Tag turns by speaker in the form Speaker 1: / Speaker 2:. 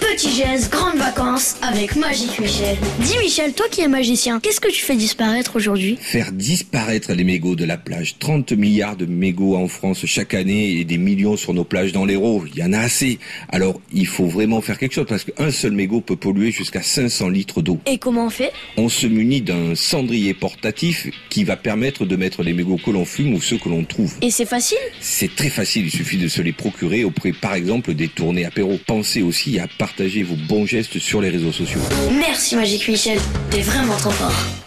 Speaker 1: Petit geste, grandes vacances avec Magique Michel. Dis Michel, toi qui es magicien, qu'est-ce que tu fais disparaître aujourd'hui
Speaker 2: Faire disparaître les mégots de la plage. 30 milliards de mégots en France chaque année et des millions sur nos plages dans l'Hérault. Il y en a assez. Alors, il faut vraiment faire quelque chose parce qu'un seul mégot peut polluer jusqu'à 500 litres d'eau.
Speaker 1: Et comment on fait
Speaker 2: On se munit d'un cendrier portatif qui va permettre de mettre les mégots que l'on fume ou ceux que l'on trouve.
Speaker 1: Et c'est facile
Speaker 2: C'est très facile, il suffit de se les procurer auprès par exemple des tournées apéro. Pensez aussi à partager vos bons gestes sur les réseaux sociaux.
Speaker 1: Merci Magique Michel, t'es vraiment trop fort.